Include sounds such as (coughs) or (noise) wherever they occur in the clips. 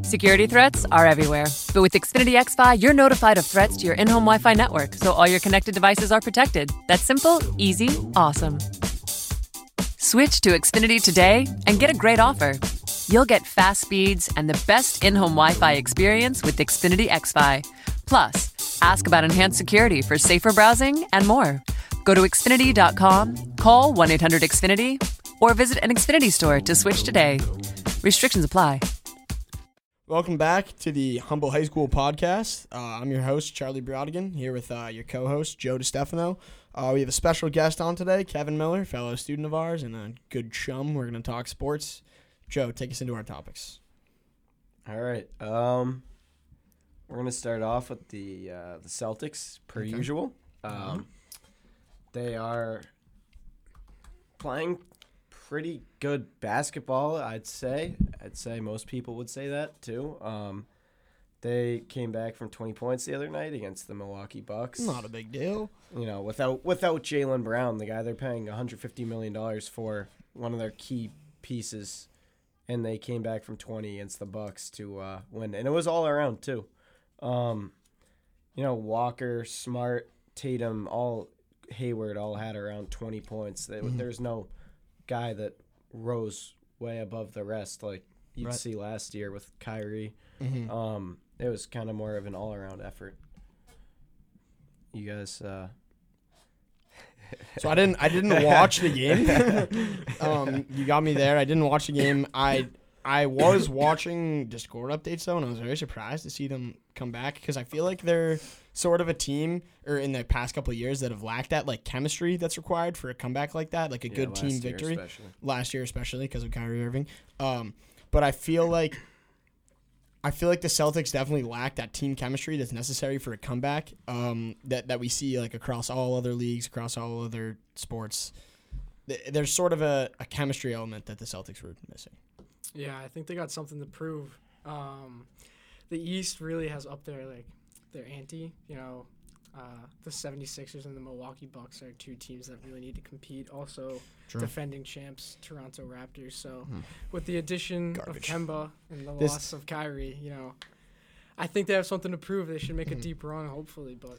Security threats are everywhere. But with Xfinity XFi, you're notified of threats to your in home Wi Fi network, so all your connected devices are protected. That's simple, easy, awesome. Switch to Xfinity today and get a great offer. You'll get fast speeds and the best in home Wi Fi experience with Xfinity XFi. Plus, ask about enhanced security for safer browsing and more. Go to Xfinity.com, call 1 800 Xfinity, or visit an Xfinity store to switch today. Restrictions apply. Welcome back to the Humble High School podcast. Uh, I'm your host, Charlie Brodigan, here with uh, your co host, Joe DiStefano. Uh, we have a special guest on today, Kevin Miller, fellow student of ours and a good chum. We're going to talk sports. Joe, take us into our topics. All right. Um, we're gonna start off with the uh, the Celtics, per usual. Um, Uh-huh. They are playing pretty good basketball. I'd say. I'd say most people would say that too. Um, they came back from 20 points the other night against the Milwaukee Bucks. Not a big deal. you know, without without Jalen Brown, the guy they're paying 150 million dollars for, one of their key pieces, and they came back from 20 against the Bucks to uh, win, and it was all around too. Um, you know, Walker, Smart, Tatum, all Hayward, all had around 20 points. They, There's no guy that rose way above the rest like you'd Right. see last year with Kyrie. Um, it was kind of more of an all around effort. You guys. Uh, So I didn't I (laughs) didn't watch the game. (laughs) um, you got me there. I didn't watch the game. I I was watching Discord updates though, and I was very surprised to see them come back because I feel like they're sort of a team, or in the past couple of years, that have lacked that like chemistry that's required for a comeback like that, like a good last team year victory especially. last year, especially because of Kyrie Irving. Um, but I feel like I feel like the Celtics definitely lack that team chemistry that's necessary for a comeback. Um, that that we see like across all other leagues, across all other sports. Th- There's sort of a, a chemistry element that the Celtics were missing. Yeah, I think they got something to prove. Um, the East really has up there like their ante. You know, uh, the 76ers and the Milwaukee Bucks are two teams that really need to compete. Also, defending champs Toronto Raptors. So, with the addition Hmm. Garbage. of Kemba and the This- loss of Kyrie, you know, I think they have something to prove. They should make Hmm. a deep run, hopefully. But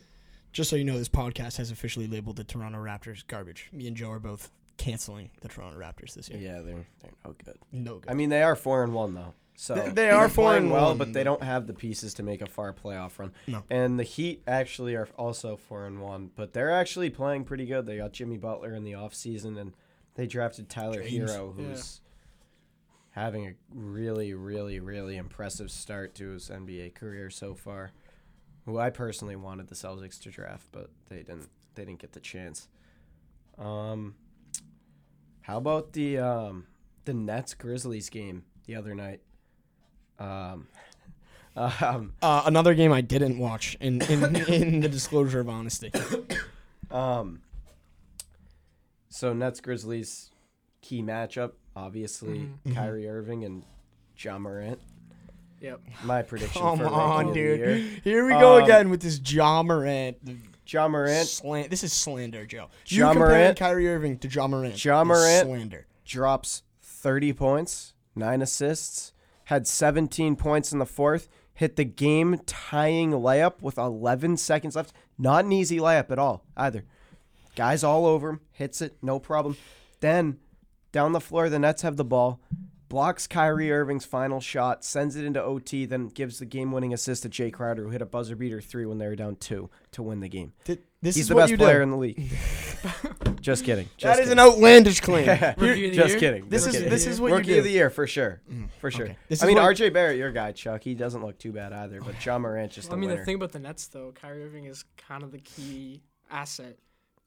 Just so you know, this podcast has officially labeled the Toronto Raptors garbage. Me and Joe are both canceling the Toronto Raptors this year. Yeah, they're they're no good. No good. I mean, they are four and one though. So They- they are they're four playing and well, one. but they don't have the pieces to make a far playoff run. No. And the Heat actually are also four and one, but they're actually playing pretty good. They got Jimmy Butler in the offseason, and they drafted Tyler Hero, Yeah. who's having a really, really, really impressive start to his NBA career so far. Who I personally wanted the Celtics to draft, but they didn't. They didn't get the chance. Um, how about the um, the Nets Grizzlies game the other night? Um, (laughs) um, uh, another game I didn't watch in, in, (laughs) in the disclosure of honesty. um, so Nets Grizzlies key matchup, obviously Kyrie Irving and John Morant. yep, My prediction Come for on, dude. dude. Here we go Um, again with this John Morant. John Morant Slan- this is slander, Joe. Ja you comparing Morant- Kyrie Irving to John Morant. Ja is Morant- Slander. drops 30 points, nine assists, had 17 points in the fourth, hit the game tying layup with 11 seconds left. Not an easy layup at all either. Guys all over him, hits it, no problem. Then down the floor, the Nets have the ball, blocks Kyrie Irving's final shot, sends it into OT, then gives the game winning assist to Jay Crowder, who hit a buzzer beater three when they were down two to win the game. Th- this He's is the what best you do. player in the (laughs) league. Just kidding. Just That is kidding. an outlandish (laughs) claim. Here- Review of the Just year? kidding. This Just is- kidding. Mm-hmm. this is what you rookie do. of the year for sure, for sure. This I is mean, what- RJ Barrett, your guy, Chuck. He doesn't look too bad either, but John Morant just I a mean, winner. the thing about the Nets, though, Kyrie Irving is kind of the key asset,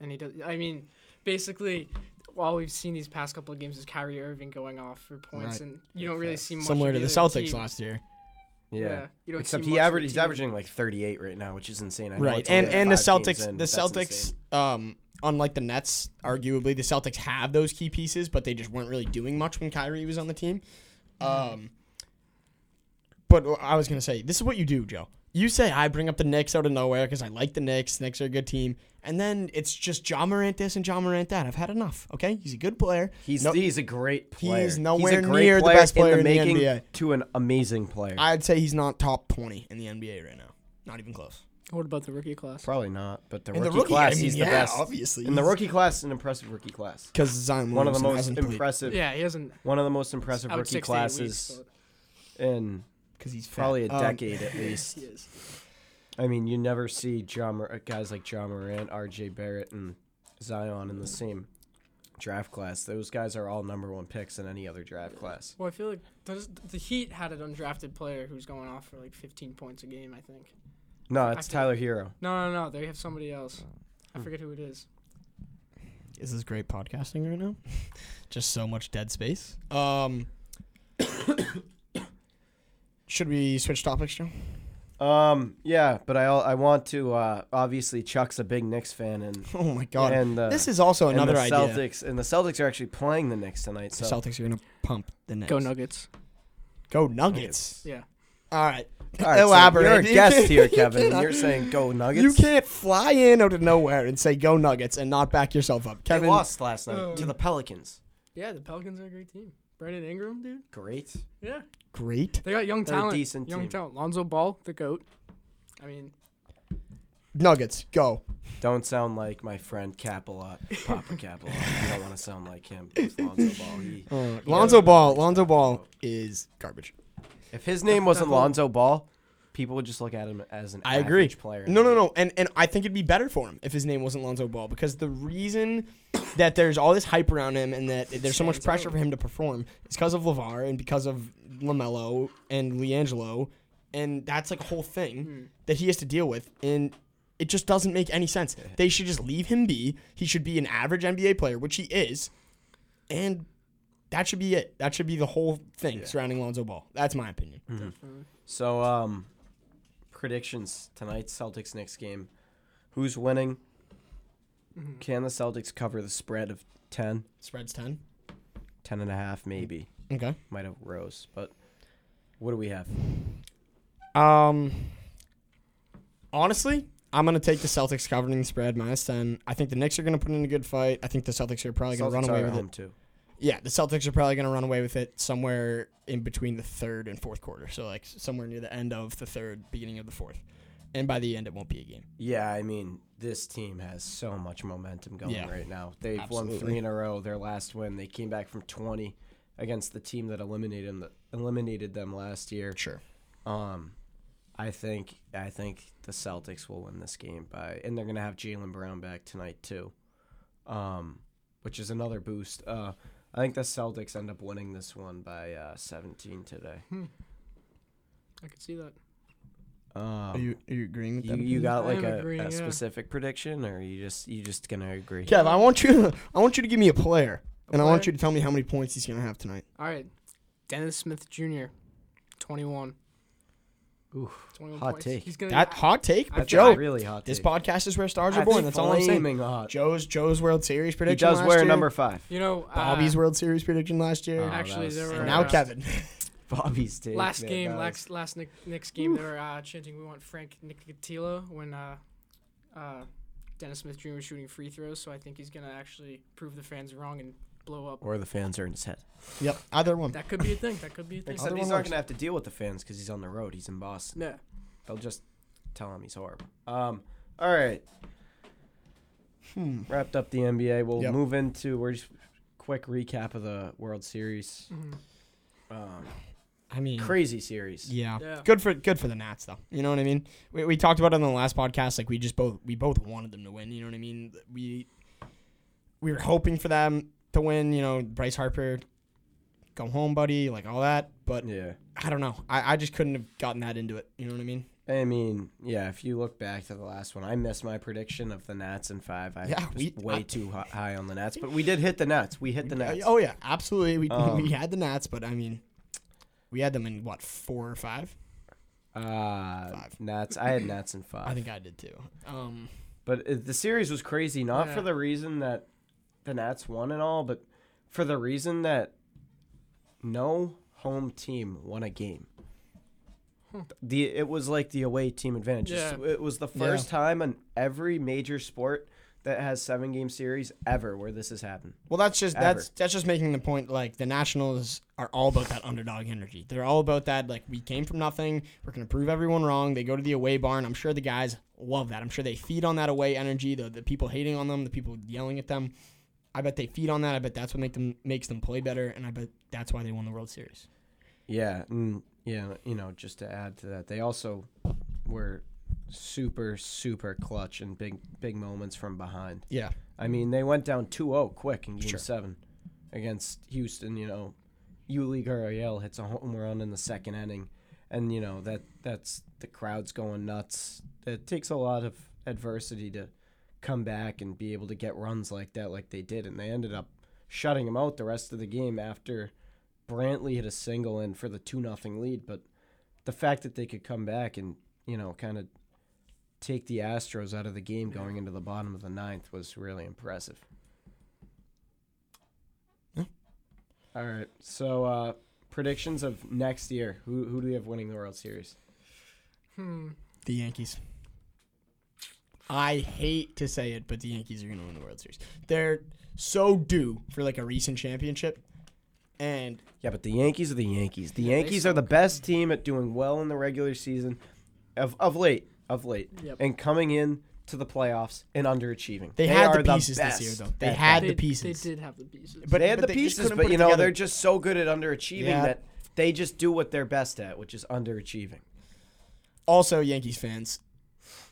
and he does. I mean, basically, all we've seen these past couple of games is Kyrie Irving going off for Right. points, and you don't really see much. Similar of to the either Celtics team. last year. yeah. yeah, you don't Except see he much of averaged. the He's team. averaging like 38 right now, which is insane. I know Right. it's And only and the five games Celtics in, the but that's Celtics insane. um unlike the Nets, arguably the Celtics have those key pieces, but they just weren't really doing much when Kyrie was on the team. Um but I was going to say, this is what you do, Joe. you say I bring up the Knicks out of nowhere because I like the Knicks. Knicks are a good team, and then it's just John Morant this and John Morant that. I've had enough. Okay, he's a good player. He's No- he's a great player. He's nowhere near the best player in the NBA. to an amazing player. I'd say he's not top twenty in the NBA right now. Not even close. What about the rookie class? Probably not, but the In rookie, the rookie- class, I mean, he's yeah, the best. obviously, in the he's- rookie class, an impressive rookie class. Because Zion One of the Williamson most hasn't played. impressive. Yeah, he hasn't. One of the most impressive out rookie 16 weeks, classes but in because he's fat. probably a Um, decade (laughs) at least. he is. I mean, you never see John Mor- guys like John Morant, R.J. Barrett, and Zion in the same draft class. Those guys are all number one picks in any other draft class. Well, I feel like does, the Heat had an undrafted player who's going off for like 15 points a game. I think. No, it's I- Tyler Hero. No, no, no. They have somebody else. Hmm. I forget who it is. This is great podcasting right now. (laughs) Just so much dead space. Um, (coughs) should we switch topics, Joe? (laughs) Um, yeah, but I al- I want to uh, obviously Chuck's a big Knicks fan and Oh my God! and uh, this is also and the another idea. Celtics and the Celtics are actually playing the Knicks tonight. The So Celtics are gonna pump the Nets. Go Nuggets. Go Nuggets. Yeah. All right. All right, so Elaborate. you're a (laughs) You guest can't- here, you Kevin. and cannot- you're saying go Nuggets. You can't fly in out of nowhere and say go Nuggets and not back yourself up. They Kevin, lost last night to Um, the Pelicans. Yeah, the Pelicans are a great team. Brandon Ingram, dude. Great. Yeah. great. They got young They're a talent. decent young team. talent. Lonzo Ball, the goat. I mean, Nuggets, go. Don't sound like my friend Cap a lot, Papa Cap a lot. You don't want to sound like him. It's Lonzo Ball. He- Lonzo Ball. Lonzo Ball is garbage. if his name wasn't that whole- Lonzo Ball, people would just look at him as an I agree. average player. No, no, no. And and I think it'd be better for him if his name wasn't Lonzo Ball because the reason (coughs) that there's all this hype around him and that there's so much Stands pressure out. for him to perform is because of LeVar and because of LaMelo and LiAngelo. And that's like a whole thing Hmm. that he has to deal with. And it just doesn't make any sense. They should just leave him be. He should be an average NBA player, which he is. And that should be it. That should be the whole thing surrounding Lonzo Ball. That's my opinion. Hmm. So, um, predictions tonight: Celtics Knicks game. Who's winning? Can the Celtics cover the spread of 10, Spreads 10. 10 and a half, maybe? Okay. Might have rose, but what do we have? Um, honestly, I'm gonna take the Celtics covering the spread minus ten. I think the Knicks are gonna put in a good fight. I think the Celtics are probably gonna Celtics run are away at with home it. too. Yeah, the Celtics are probably gonna run away with it somewhere in between the third and fourth quarter. So like somewhere near the end of the third, beginning of the fourth, and by the end it won't be a game. Yeah, I mean, this team has so much momentum going Yeah. right now. They've Absolutely. won three in a row. Their last win, they came back from 20 against the team that eliminated them, eliminated them last year. Sure. Um, I think I think the Celtics will win this game by, and they're gonna have Jalen Brown back tonight too, um, which is another boost. Uh, I think the Celtics end up winning this one by uh, 17 today. hmm. I could see that. Are Um, you, you are you agreeing with you, that? got I like am a, agreeing, a yeah. specific prediction, or you just you just gonna agree? Kev, I want you to (laughs) I want you to give me a player, and I want player? you to tell me how many points he's gonna have tonight. All right. Dennis Smith Jr., 21. Ooh, 21 hot points. take. He's gonna, That Mm, I- hot take, but That's Joe, a really hot. this take. podcast is where stars are That's born. That's all I'm saying. flaming hot. Joe's Joe's World Series He prediction. does last wear year. number five. you know, uh, Bobby's World Series prediction last year. Oh, that actually, was- there and were, now uh, Kevin. (laughs) (laughs) Bobby's take. Last man, game, that was- last last Nick, Nick's game, they were uh, chanting, "We want Frank Nicotilo." When uh, uh, Dennis Smith Jr. was shooting free throws, so I think he's gonna actually prove the fans wrong and (laughs) blow up. Or the fans are in his head. yep, either one. That could be a thing. That could be a thing. Except Other he's one not works. going to have to deal with the fans because he's on the road. He's in Boston. Yeah. They'll just tell him he's horrible. Um, all right. Hmm. Wrapped up the NBA. We'll Yep. move into we're just quick recap of the World Series. Mm-hmm. Um, I mean, crazy series. yeah. Yeah. Good for good for the Nats though. You know what I mean? We, we talked about it on the last podcast. Like we just both we both wanted them to win. You know what I mean? We we were hoping for them to win. You know, Bryce Harper, go home, buddy, like all that. But Yeah. I don't know. I, I just couldn't have gotten that into it. You know what I mean? I mean, yeah. If you look back to the last one, I missed my prediction of the Nats in five. I Yeah, was we- way I- too hi- high on the Nats, but we did hit the Nats. We hit the Nats. Oh yeah, absolutely. We (laughs) Um, we had the Nats, but I mean, we had them in what four or five? Uh, Five. Nats. I had Nats in five. I think I did too. Um, But it, the series was crazy, not for Yeah. the reason that the Nats won and all, but for the reason that no home team won a game. the it was like the away team advantage. It's- Hmm. Yeah. It was the first time in every major sport that has seven game series ever where this has happened. Well, that's just Ever. that's that's just making the point. Like the Nationals are all about that underdog energy. They're all about that. Like we came from nothing. We're gonna prove everyone wrong. They go to the away barn. I'm sure the guys love that. I'm sure they feed on that away energy. The the people hating on them, the people yelling at them. I bet they feed on that. I bet that's what make them makes them play better. And I bet that's why they won the World Series. Yeah, and yeah, you know, just to add to that, they also were super super clutch in big big moments from behind. Yeah. I mean, they went down 2-0 quick in game 7 against Houston, you know. Yuli Gurriel hits a home run in the second inning and you know that that's the crowd's going nuts. It takes a lot of adversity to come back and be able to get runs like that like they did and they ended up shutting him out the rest of the game after Brantley hit a single in for the 2 nothing lead, but the fact that they could come back and, you know, kind of take the Astros out of the game going into the bottom of the ninth was really impressive. All right, so uh, predictions of next year. Who who do we have winning the World Series? Hmm. The Yankees. I hate to say it, but the Yankees are going to win the World Series. They're so due for like a recent championship, and Yeah, but the Yankees are the Yankees. The Yankees are the best team at doing well in the regular season, of of late, of late, Yep. and coming in to the playoffs and underachieving. They, had are the pieces this year, best though. They at had They, the pieces. They did have the pieces. But- they had the just pieces, couldn't but put you it know together. they're just so good at underachieving Yeah. that they just do what they're best at, which is underachieving. Also, Yankees fans,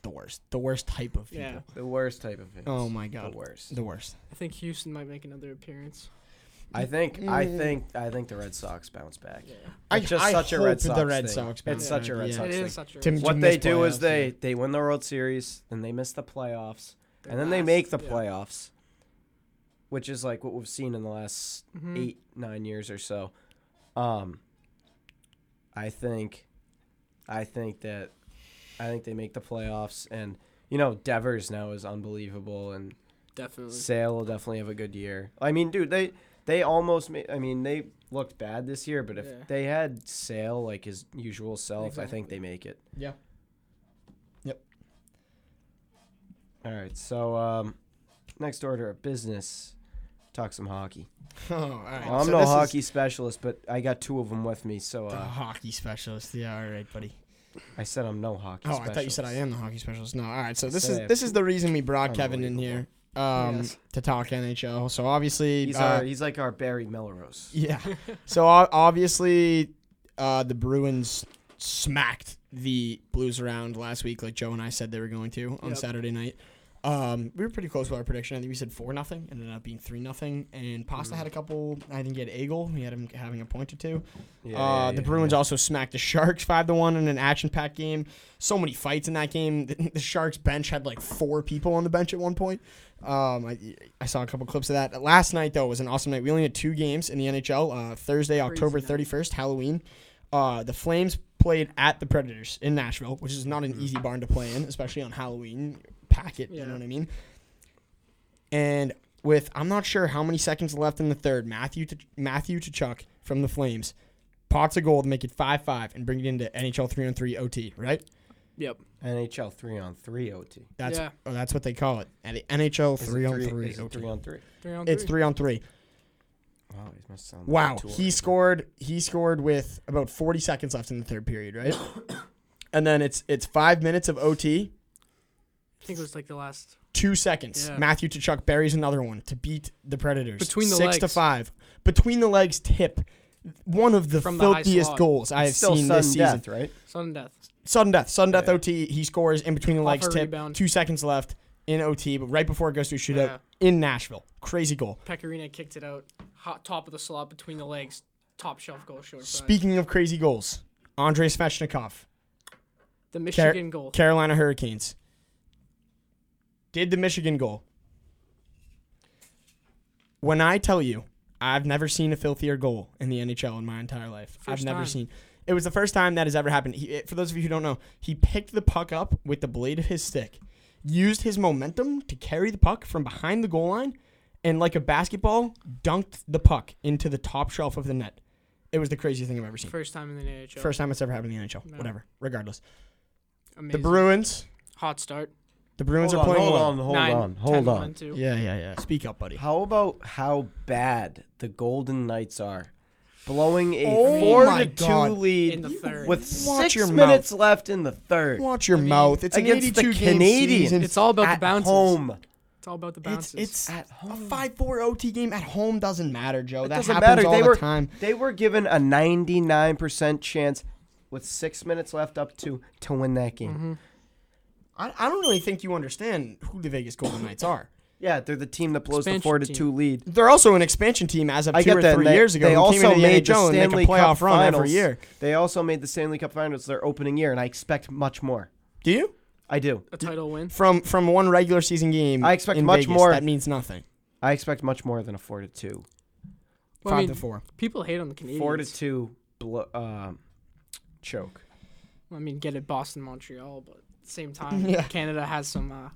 the worst. The worst type of people. yeah, The worst type of fans. Oh my god. the worst. The worst. I think Houston might make another appearance. I think I Mm. think I think the Red Sox bounce back. I It's just I such a hope Red Sox. The Red thing. Sox. It's such a Red yeah. Sox. It thing. is such a Tim- risk. to What they miss do is playoffs, they yeah. they win the World Series, then they miss the playoffs, They're and then they last, make the yeah. playoffs, which is like what we've seen in the last Mm-hmm. eight nine years or so. Um, I think, I think that, I think they make the playoffs, and you know Devers now is unbelievable, and definitely. Sale will definitely have a good year. I mean, dude, they they almost made. I mean, they looked bad this year, but if Yeah. they had Sale like his usual self, I think they make it. Yeah. (laughs) Yep. All right, so um, next order of business, talk some hockey. Oh, all right. I'm So no this is hockey specialist, but I got two of them with me, so The uh, hockey specialist. Yeah. All right, buddy. I said I'm no hockey. Oh, I thought you said I specialist. am the hockey specialist. No, all right. So this Say is it. this is the reason we brought Kevin in here um, Yes. to talk NHL. So obviously, He's uh, our, he's like our Barry Melrose. yeah. (laughs) so o- obviously, uh, the Bruins smacked the Blues around last week, like Joe and I said they were going to on Yep. Saturday night. Um, we were pretty close with our prediction. I think we said four nothing, ended up being three nothing. And Pasta had a couple. I think he had a goal. He had him having a point or two. Yeah, Uh, yeah, the yeah, Bruins yeah. also smacked the Sharks (laughs) five to one in an action-packed game. So many fights in that game. (laughs) The, the Sharks bench had like four people on the bench at one point. Um, I, I saw a couple clips of that. Last night though was an awesome night. We only had two games in the NHL. Uh, Thursday, October night. thirty first, Halloween. Uh, the Flames played at the Predators in Nashville, which is not Mm-hmm. an easy barn to play in, especially on Halloween. Pack it, you Yeah. know what I mean. And with I'm not sure how many seconds left in the third, Matthew to Matthew to Chuck from the Flames pots of gold, make it 5 5, and bring it into NHL 3 on 3 OT, right? Yep. NHL three on three OT. That's Yeah. oh, that's what they call it. And the NHL Is it 3 on 3 is it OT. three on three. Three on It's three. 3 on 3. Wow, he must sound like a Wow. tour. He scored he scored with about 40 seconds left in the third period, (coughs) right? and then it's it's 5 minutes of OT, I think it was like the last. two seconds. Yeah. Matthew Tuchuk buries another one to beat the Predators. Between the six to legs. five. Between the legs tip. One of the From the high filthiest slot. goals I have It's still seen sudden this season. death, right? Sudden death. Sudden death. Sudden death Yeah. OT. He scores in between the Off legs a tip. rebound. Two seconds left in OT, but right before it goes to a shootout Yeah. in Nashville. Crazy goal. Pecorino kicked it out. Hot top of the slot between the legs. Top shelf goal short. side. Speaking of crazy goals, Andrei Svechnikov, the Car- Michigan goal. Carolina Hurricanes. Did the Michigan goal. When I tell you, I've never seen a filthier goal in the NHL in my entire life. i I've First never time. seen. It was the first time that has ever happened. He, for those of you who don't know, he picked the puck up with the blade of his stick, used his momentum to carry the puck from behind the goal line, and like a basketball, dunked the puck into the top shelf of the net. It was the craziest thing I've ever seen. First time in the NHL. First time it's ever happened in the NHL. No. Whatever. Regardless, Amazing. the Bruins. Hot start. The Bruins hold are on, playing hold well. on, hold Nine, on, hold 10, on. one, two. Yeah, yeah, yeah. Speak up, buddy. How about how bad the Golden Knights are? Blowing a Oh four my to God. two lead In the third. with Watch six your minutes left in the third. Watch your mouth. It's an against the 82 game Canadians. season. It's all about At the bounces. home. It's all about the It's bounces. it's At a home. five four OT game at home doesn't matter, Joe. It that doesn't happens matter. all they the were time. they were given a 99% chance with 6 minutes left up to to win that game. Mm-hmm. I, I don't really think you understand who the Vegas Golden Knights are. Yeah, they're the team that blows the Expansion 4 to team. 2 lead. They're also an expansion team as of I two get or that. three and they, years ago. they who also came into the made the NHL and Stanley make a playoff Cup run finals. every year. They also made the Stanley Cup Finals their opening year and I expect much more. Do you? I do. a title win. From from one regular season game, I expect in much Vegas, more. That means nothing. I expect much more than a 4 to 2. Well, I Five mean, to four. People hate on the Canadians. four to two blo- um, choke. I mean, get it, Boston, Montreal, but at (laughs) the same time, Yeah. Canada has some uh,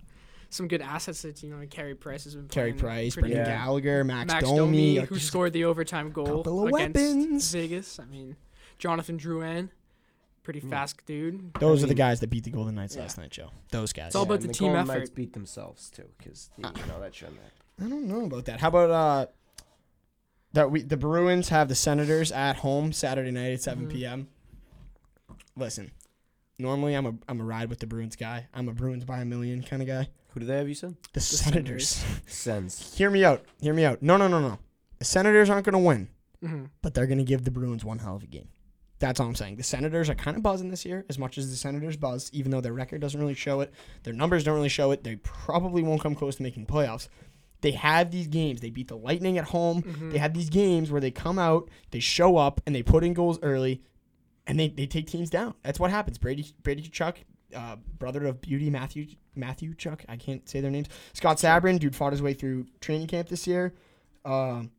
some good assets that you know. Like Carey Price has been Carey playing Price, pretty Brendan good. Yeah. Gallagher, Max, Max Domi, Domi, like, who just- scored the overtime couple goal of against weapons. Vegas. I mean, Jonathan Drouin, pretty Mm. fast dude. Those are the mean- guys that beat the Golden Knights Yeah. last night, Joe. Those guys. It's all about and the team Golden Knights effort. Ah. beat themselves too, because you know that shouldn't happen. I don't know about that. How about uh that we the Bruins have the Senators at home Saturday night at 7 p.m. Listen, normally I'm a I'm a ride with the Bruins guy. I'm a Bruins by a million kind of guy. Who do they have? You said The, Senators. Sens. Hear me out. Hear me out. No, no, no, no. The Senators aren't going to win, hmm but they're going to give the Bruins one hell of a game. That's all I'm saying. The Senators are kind of buzzing this year, as much as the Senators buzz, even though their record doesn't really show it. Their numbers don't really show it. They probably won't come close to making playoffs. They have these games. They beat the Lightning at home. mm-hmm. They have these games where they come out, they show up, and they put in goals early, and they, they take teams down. That's what happens. Brady Brady Chuck, uh, brother of Beauty Matthew Matthew Chuck. I can't say their names. Scott Sabrin, dude, fought his way through training camp this year. Um,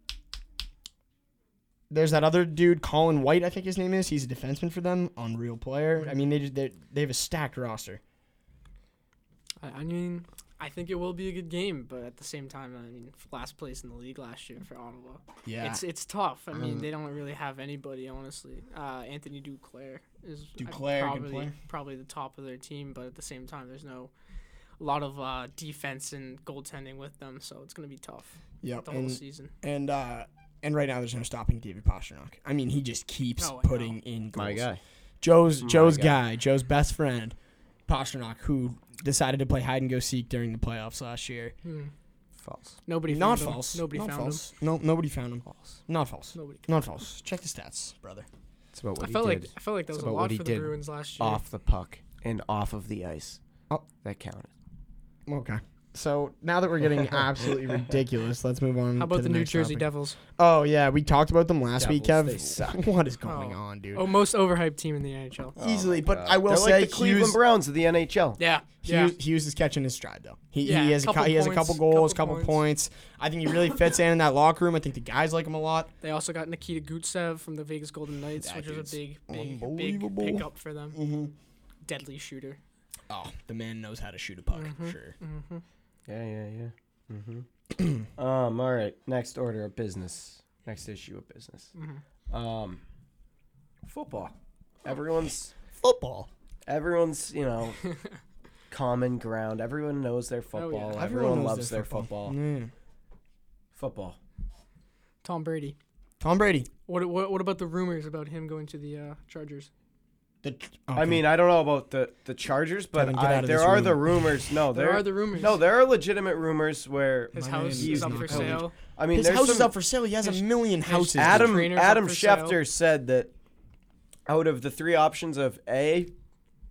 there's that other dude, Colin White, I think his name is. He's a defenseman for them, unreal player. I mean, they just, they they have a stacked roster. I, I mean, I think it will be a good game, but at the same time, I mean, last place in the league last year for Ottawa. Yeah, Um, It's it's tough. I mean, they don't really have anybody, honestly. Uh, Anthony Duclair is I- Duclair, good probably player. probably the top of their team, but at the same time, there's no a lot of uh, defense and goaltending with them, so it's gonna be tough yep. the whole And season. and uh, and right now, there's no stopping David Pasternak. I mean, he just keeps Oh, I know. putting in goals. Joe's Joe's God. guy, Joe's best friend, Pasternak, who decided to play hide and go seek during the playoffs last year. False. Hmm. Nobody Not found him. false. Nobody Not found false. No, nobody found him. False. Not false. him. Nobody. Not false. Check the stats, brother. It's about what I he felt like did I felt like that It's was a about lot what he for the did Bruins last year. off the puck and off of the ice. Oh. That counted. Okay. So now that we're (laughs) getting absolutely ridiculous, let's move on. How to about the the New next Jersey topic. Devils? Oh yeah, we talked about them last week, Devils, Kev. they (laughs) suck. What is going Oh. on, dude? Oh Oh, most overhyped team in the NHL. Easily, Oh my but God. I will They're say like the Cleveland Hughes- Browns of the NHL. Yeah. Yeah. Hughes, Hughes is catching his stride though. He, Yeah, he has a couple cou- he has a points, couple goals, couple, couple points. I think he really fits in in that locker room. I think the guys like him a lot. They also got Nikita Gutsev from the Vegas Golden Knights, That which was dude's a big, big, big unbelievable. pickup for them. Mm-hmm. Deadly shooter. Oh, the man knows how to shoot a puck for sure. Mm-hmm. Yeah, yeah, yeah. Mm-hmm. (clears throat) um. All right. Next order of business. Next issue of business. Mm-hmm. Um. Football. Everyone's Football. everyone's (laughs) you know common ground. Everyone knows their football. Everyone, Oh, knows Mm-hmm. loves their football. Yeah. Football. Tom Brady. Tom Brady. What, what what about the rumors about him going to the uh, Chargers? The, I mean, I don't know about the the Chargers, but Oh, Kevin, get I, out of there this are room. the rumors. No, There, there, are the rumors. no, there are legitimate rumors where his My house name is is up not for covered. sale. I mean, his there's house some, is up for sale. He has a million houses. dude. Adam Trainer's up Adam for sale. Schefter said that out of the three options of A,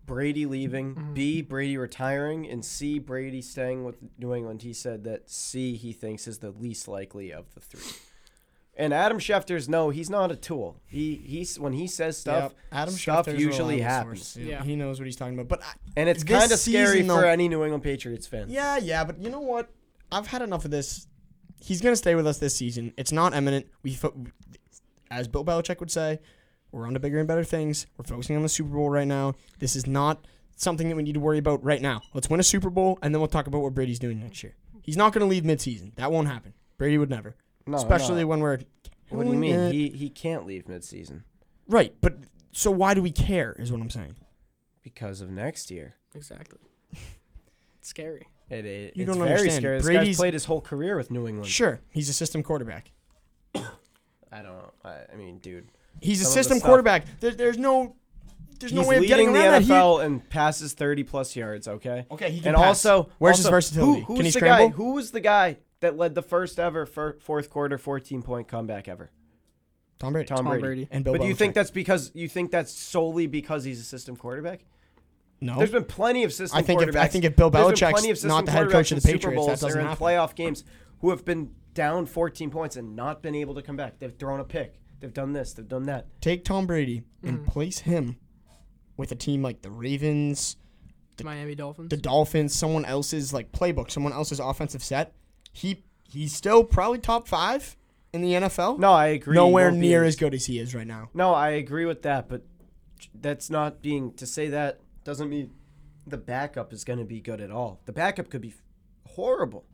Brady leaving, Mm-hmm. B, Brady retiring, and C, Brady staying with New England, he said that C he thinks is the least likely of the three. And Adam Schefter's no, he's not a tool. He he's when he says stuff, Yep. Adam stuff Schefter's a usually reliable happens, source. Yeah. he knows what he's talking about. But I, and it's This kind of scary season, though- for any New England Patriots fan. Yeah, yeah, but you know what? I've had enough of this. He's gonna stay with us this season. It's not imminent. We, fo- as Bill Belichick would say, we're on to bigger and better things. We're focusing on the Super Bowl right now. This is not something that we need to worry about right now. Let's win a Super Bowl, and then we'll talk about what Brady's doing next year. He's not gonna leave midseason. That won't happen. Brady would never, Oh, No, especially no. when we're What do you mean? He he can't leave midseason right, but so why do we care? Is what I'm saying. because of next year. (laughs) Exactly. It's scary. It, it, You it's don't very understand. scary. This Brady's- guy's played his whole career with New England. Sure, he's a system quarterback. I don't know. I, I mean, dude. He's a Some of the system stuff- quarterback. There, there's no, there's no way of getting around that. the He- NFL and passes 30 plus yards, okay? Okay, he can And pass. also, Where's his also, versatility? Who, who's Can he the scramble? guy? Who was the guy that led the first ever fir- fourth quarter 14 point comeback ever? Tom Brady. Tom, Brady. And Bill But do you think that? that's because you think that's solely because he's a system quarterback? No. There's been plenty of system I think if- quarterbacks. I think if Bill there's been Belichick's plenty of system not the head quarterbacks coach of in the Super Patriots, that Bowls doesn't or in happen. playoff games who have been down 14 points and not been able to come back. They've thrown a pick. They've done this. They've done that. Take Tom Brady Mm. and place him with a team like the Ravens, Miami Dolphins. the Dolphins, someone else's like playbook, someone else's offensive set. He he's still probably top five in the NFL. No, I agree. nowhere Won't be near as as good as he is right now. No, I agree with that, but that's not being to say that doesn't mean the backup is going to be good at all. The backup could be horrible.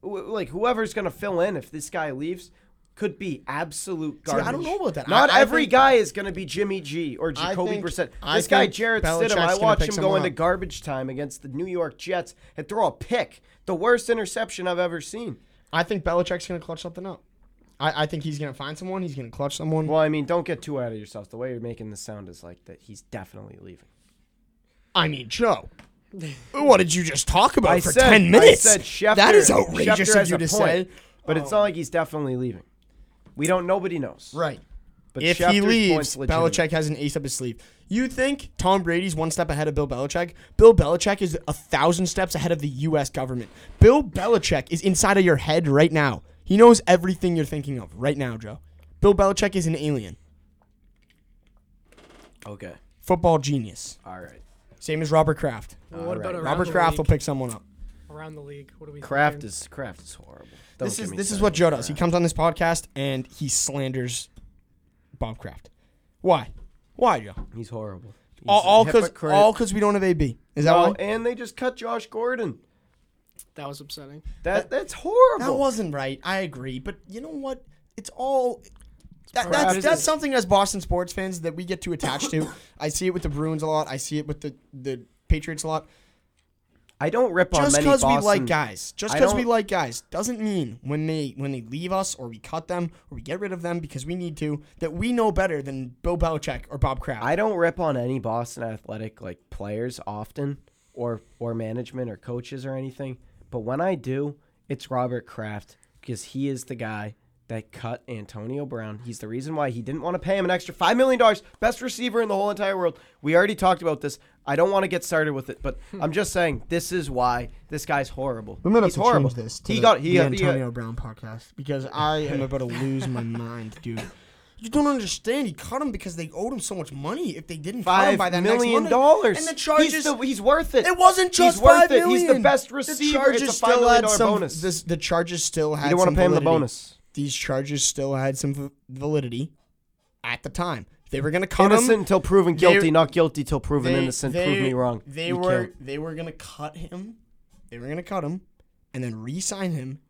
Wh- Like whoever's going to fill in if this guy leaves could be absolute See, I garbage. don't know about that. Not I- I every think- guy is going to be Jimmy G or I Jacoby think- Brissett. I This guy think Jarrett Belichick's Stidham, I gonna watched pick him go someone into up. garbage time against the New York Jets and throw a pick, the worst interception I've ever seen. I think Belichick's gonna clutch something up. I, I think he's gonna find someone. He's gonna clutch someone. Well, I mean, don't get too out of yourself. The way you're making this sound is like that he's definitely leaving. I mean, Joe. What did you just talk about I for said- ten minutes? I said Schefter, that is outrageous Schefter of has you a to point, say. But it's not like he's definitely leaving. We don't. Nobody knows. Right. But if he Schefter's leaves, point's legitimate. Belichick has an ace up his sleeve. You think Tom Brady's one step ahead of Bill Belichick? Bill Belichick is a thousand steps ahead of the U.S. government. Bill Belichick is inside of your head right now. He knows everything you're thinking of right now, Joe. Bill Belichick is an alien, Okay. football genius, All right. same as Robert Kraft. Well, what Alright. about around Robert the Kraft will league? pick someone up. around the league? What do we? Kraft thinking? is Kraft is horrible. Don't This get is me this is started what with Joe does. He Kraft. comes on this podcast and he slanders Bob Kraft. Why? Why, Joe? He's horrible. He's All- a All because hypocrite. all because we don't have AB. Is that No, why? and they just cut Josh Gordon. That was upsetting. That that's horrible. That wasn't right. I agree, but you know what? It's all. That, part of that's, that's business. something as Boston sports fans that we get too attached (laughs) to. I see it with the Bruins a lot. I see it with the, the Patriots a lot. I don't rip on Just many because we Boston. like guys, just I because we don't- like guys, doesn't mean when they when they leave us or we cut them or we get rid of them because we need to that we know better than Bill Belichick or Bob Kraft. I don't rip on any Boston Athletic like players often or or management or coaches or anything, but when I do, it's Robert Kraft because he is the guy that cut Antonio Brown. He's the reason why he didn't want to pay him an extra 5 million dollars, best receiver in the whole entire world. We already talked about this. I don't want to get started with it, but I'm just saying this is why this guy's horrible. We might have He's to horrible. change this. To he the- got he the got Antonio Brown podcast because (laughs) I am about to lose my mind, dude. You don't understand. He cut him because they owed him so much money. If they didn't cut him by that Five next million Monday- dollars. and the He's, charges, the- he's worth it. it wasn't He's just worth five it. million. He's the best receiver. The charges it's a five still million had dollar some. bonus. This, the charges still had. you don't want some to pay him the validity. bonus. These charges still had some v- validity at the time. They were going to cut Innocent him. until proven guilty, They- not guilty till proven innocent. Prove me wrong. They You were can't. they were gonna cut him. They were gonna cut him, and then re-sign him.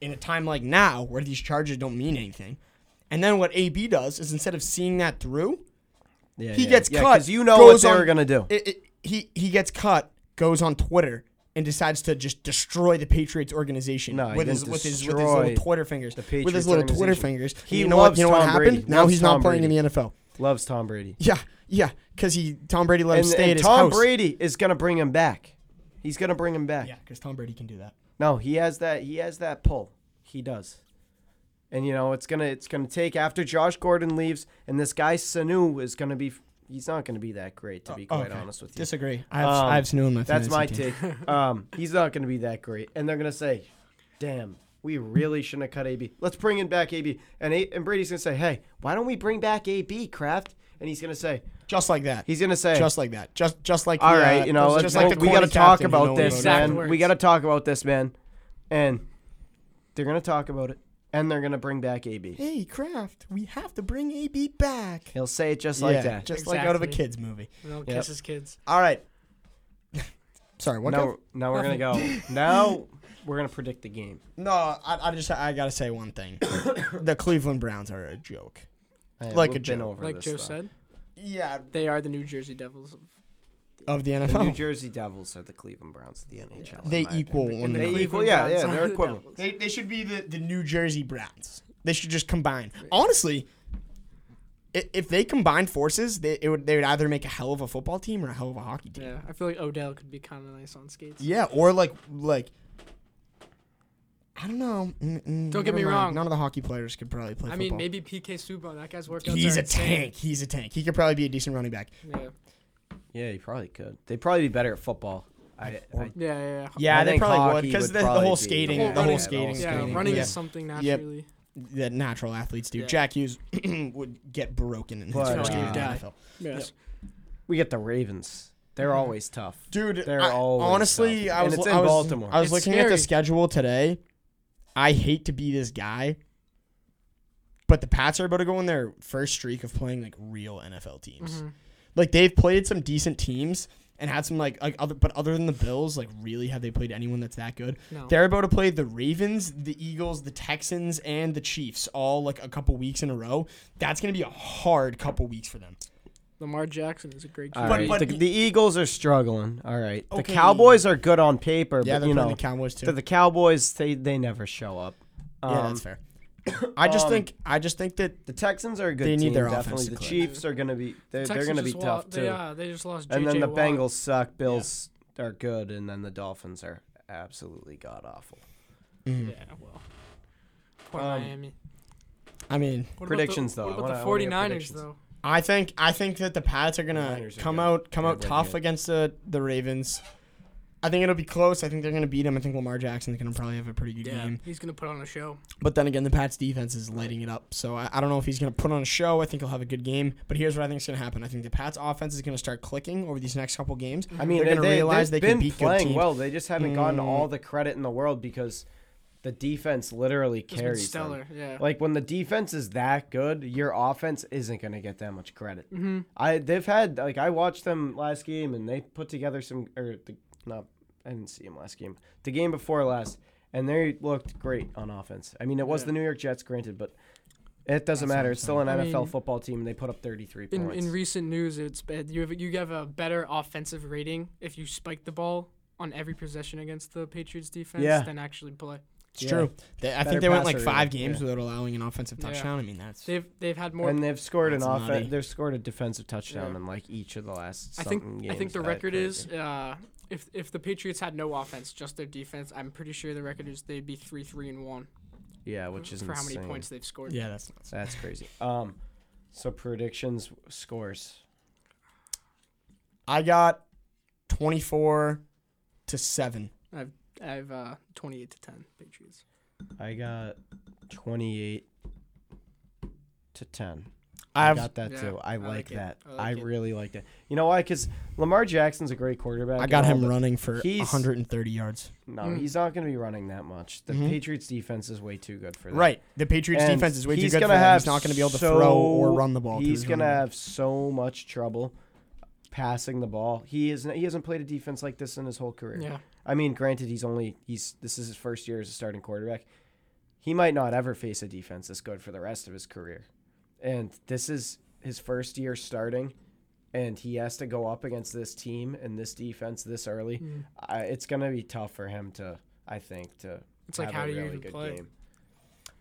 In a time like now, where these charges don't mean anything, and then what AB does is instead of seeing that through, Yeah, he yeah, gets yeah, cut. you know what goes they on- were gonna do. It, it, he he gets cut, goes on Twitter, and decides to just destroy the Patriots organization No, he with his didn't with his with his little destroy Twitter fingers, the with his Patriots little Twitter organization. fingers. And He you know what? loves You know what Tom happened? Brady. Now Loves he's not Tom playing Brady. in the NFL. Loves Tom Brady. Yeah, yeah, because he Tom Brady let him And, stay at and his Tom house. Brady is gonna bring him back. He's gonna bring him back. Yeah, because Tom Brady can do that. No, he has that. He has that pull. He does. And you know it's gonna it's gonna take after Josh Gordon leaves, and this guy Sanu is gonna be. He's not gonna be that great, Oh, to be quite honest with you. Disagree. I have, Um, I have Sanu in my That's fantasy my team. take. Um, he's not going to be that great, and they're going to say, "Damn, we really shouldn't have cut AB. Let's bring in back AB." And a- and Brady's going to say, "Hey, why don't we bring back AB, Kraft?" And he's going to say, Just like that. "He's going to say, just like that. Just just like all the, uh, right, you know, let's, just we got to corny talk captain who no about one this, voted Exact for. man. We words. got to talk about this, man." And they're going to talk about it, and they're going to bring back AB. Hey, Kraft, we have to bring AB back. He'll say it just like yeah, that. just like out of a Exactly. kids movie. You know, Yep. kisses kids. All right. Sorry, what? (laughs) now, now we're going to go. Now we're gonna predict the game. No, I, I just I gotta say one (coughs) thing. the Cleveland Browns are a joke. Like a gin joke. over Like this, Joe uh, though. said, Yeah, they are the New Jersey Devils. of the (laughs) The New NFL, Jersey Devils are the Cleveland Browns of the NHL. in they my equal opinion. one. They another. equal, yeah, yeah, they're equivalent. equivalent. They, they should be the, the New Jersey Browns. They should just combine. Honestly, i- if they combined forces, they it would they would either make a hell of a football team or a hell of a hockey team. Yeah, I feel like Odell could be kind of nice on skates. Yeah, or like like I don't know. Mm, mm, Don't get never me mind. wrong. None of the hockey players could probably play. I football. mean, maybe PK Subban. That guy's workouts he's are a insane. tank. He's a tank. He could probably be a decent running back. Yeah, yeah, Yeah, you probably could. They'd probably be better at football. I, I, yeah. yeah. Yeah, I they think probably would hockey because would the, the probably whole be- skating, Yeah, the whole running- skating, Yeah, skating, running yeah, is something naturally. that natural athletes do. Yeah. Jack Hughes (clears throat) would get broken in his But, first game uh, in the NFL. Yes. we get the Ravens. They're always tough. Dude, They're I- always honestly, tough. I And was it's I in was- Baltimore. I was It's looking at the scary. schedule today. I hate to be this guy, but the Pats are about to go on their first streak of playing like real NFL teams. Mm-hmm. Like they've played some decent teams and had some like, like other, but other than the Bills, like really have they played anyone that's that good? No. They're about to play the Ravens, the Eagles, the Texans, and the Chiefs all like a couple weeks in a row. That's gonna be a hard couple weeks for them. Lamar Jackson is a great All QB. But- right, but- the, the Eagles are struggling. All right, Okay. the Cowboys are good on paper, Yeah, but they're you playing know the Cowboys too. the, the Cowboys they they never show up. Um, yeah, that's fair. (coughs) I just um, think I just think that The Texans are a good They need team. their definitely, offense the to click. Chiefs are gonna be they're, they're Texans gonna be just tough lost- too. They, yeah, they just lost. and then JJ the Watt. Bengals suck. Bills are good, and then the Dolphins are absolutely god awful. Mm-hmm. mm, Yeah, well, poor Um, Miami. I mean What about predictions, the, though. What I about wanna- I the wanna hear 49ers predictions. though? I think I think that the Pats are gonna Niners are come good. out come They're out really tough good. against the the Ravens. I think it'll be close. I think they're gonna beat them. I think Lamar Jackson's gonna probably have a pretty good Yeah, game. he's gonna put on a show. But then again, the Pats defense is lighting it up. So I, I don't know if he's gonna put on a show. I think he'll have a good game. But here's what I think is gonna happen. I think the Pats offense is gonna start clicking over these next couple games. I mean, They're gonna they, they, realize they've they been can beat good playing teams. well. They just haven't gotten Mm. all the credit in the world because the defense literally It's been carries them. stellar. Yeah. Like when the defense is that good, your offense isn't going to get that much credit. mm-hmm. I they've had like I watched them last game and they put together some or the, not I didn't see them last game the game before last and they looked great on offense. I mean it was Yeah. the New York Jets granted, but it doesn't matter. It's still an I NFL mean, football team and they put up 33 In, points. in recent news, it's bad. You have you have a better offensive rating if you spike the ball on every possession against the Patriots defense Yeah. than actually play. It's Yeah. true. They, I Better think they went like passer, five yeah. games without allowing an offensive Yeah. touchdown. I mean that's They've they've had more. and they've scored an That's nutty. offense. They've scored a defensive touchdown Yeah. in like each of the last. I think something I think games. the Uh, record crazy. is uh, if if the Patriots had no offense, just their defense, I'm pretty sure the record is they'd be three three and one yeah, which is for how insane. many points they've scored. yeah, that's nuts. That's crazy. Um, so predictions scores. I got twenty four to seven. I have uh, 28 to 10 Patriots. I got 28 to 10. I I have got that Yeah, too. I, I like, like it. that. I I, like it. really like that. You know why? Because Lamar Jackson's a great quarterback. I got and all him that- running for he's- 130 yards. No, Mm. he's not going to be running that much. The Mhm. Patriots defense is way too good for that. Right. The Patriots And defense is way too he's good for gonna that. He's have not going to be able to so- throw or run the ball. to He's his going to running back. have so much trouble passing the ball. He is he hasn't played a defense like this in his whole career. Yeah. I mean, granted, he's only he's this is his first year as a starting quarterback. He might not ever face a defense this good for the rest of his career, and this is his first year starting, and he has to go up against this team and this defense this early. Mm. I, it's gonna be tough for him to, I think, to. It's like, have how a do you really even good play? Game.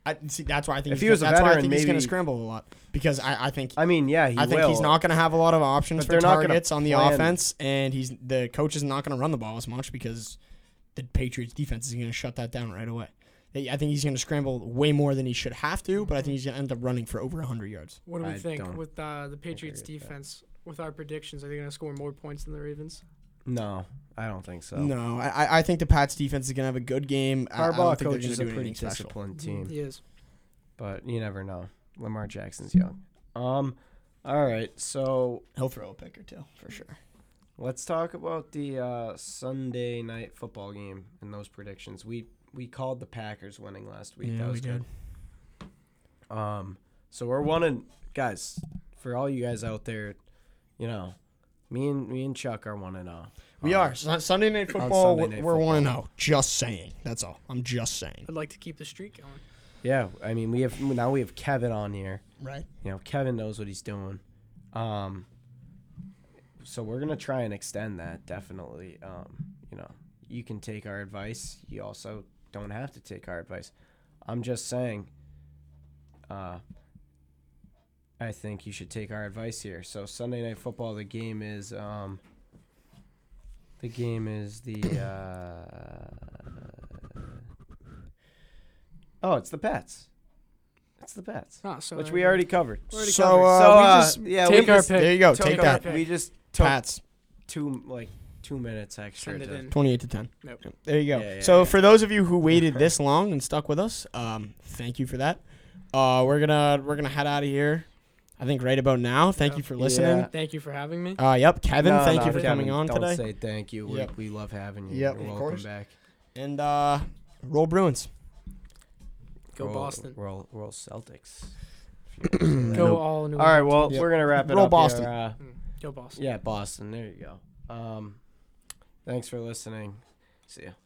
I, see, that's why I think If he's, he was a that's why I veteran, think he's going to maybe- scramble a lot because I, I think I mean, yeah, he I think will. he's not going to have a lot of options But for they're not gonna targets on the plan- offense, and he's the coach is not going to run the ball as much because the Patriots defense is going to shut that down right away. They- I think he's going to scramble way more than he should have to, but I think he's going to end up running for over 100 yards. What do we I think don't with uh, the Patriots agree with that. defense? With our predictions, are they going to score more points than the Ravens? No, I don't think so. No, I, I- I think the Pats defense is going to have a good game. I- I Harbaugh don't think they're coaches going to a do pretty anything special. disciplined team. He is. but you never know. Lamar Jackson's young. Um, all right, so He'll throw a pick or two for sure. let's talk about the uh, Sunday night football game and those predictions. We we called the Packers winning last week. that was good. Um, so we're one and guys for all you guys out there, you know, Me and me and Chuck are one and oh. Uh, all. We are Su- Sunday night football. Sunday Night we're Football. one and zero. Just saying. That's all. I'm just saying. I'd like to keep the streak going. Yeah, I mean we have now we have Kevin on here. Right. You know, Kevin knows what he's doing. Um, so we're gonna try and extend that definitely. Um, you know, you can take our advice. You also don't have to take our advice. I'm just saying. Uh, I think you should take our advice here. So Sunday night football, the game is um. The game is the. Uh, oh, it's the Pats. It's the Pats Ah, so which there we you go. already covered. Already So, covered. uh, So, we uh, just yeah, take we our just- pick. There you go. took Oh, Take our that. pick. We just took Pats two like two minutes extra. Send it to- in. twenty-eight to ten. Nope. There you go. Yeah, yeah, so yeah. for those of you who waited this long and stuck with us, um, thank you for that. Uh, we're gonna we're gonna head out of here. I think right about now. Thank Yeah. you for listening. Thank you for having me. Uh, yep, Kevin. No, thank no, you for Kevin, coming on don't today. say thank you. We, Yep. we love having you. Yep, You're of welcome course. back. And uh, roll Bruins. Go roll, Boston. Roll, roll (clears throat) Celtics. Go Nope. all New All right. England. Well, Yep. we're gonna wrap it Roll up. Boston. Here. Uh, Go Boston. yeah, Boston. There you go. Um, thanks for listening. See ya.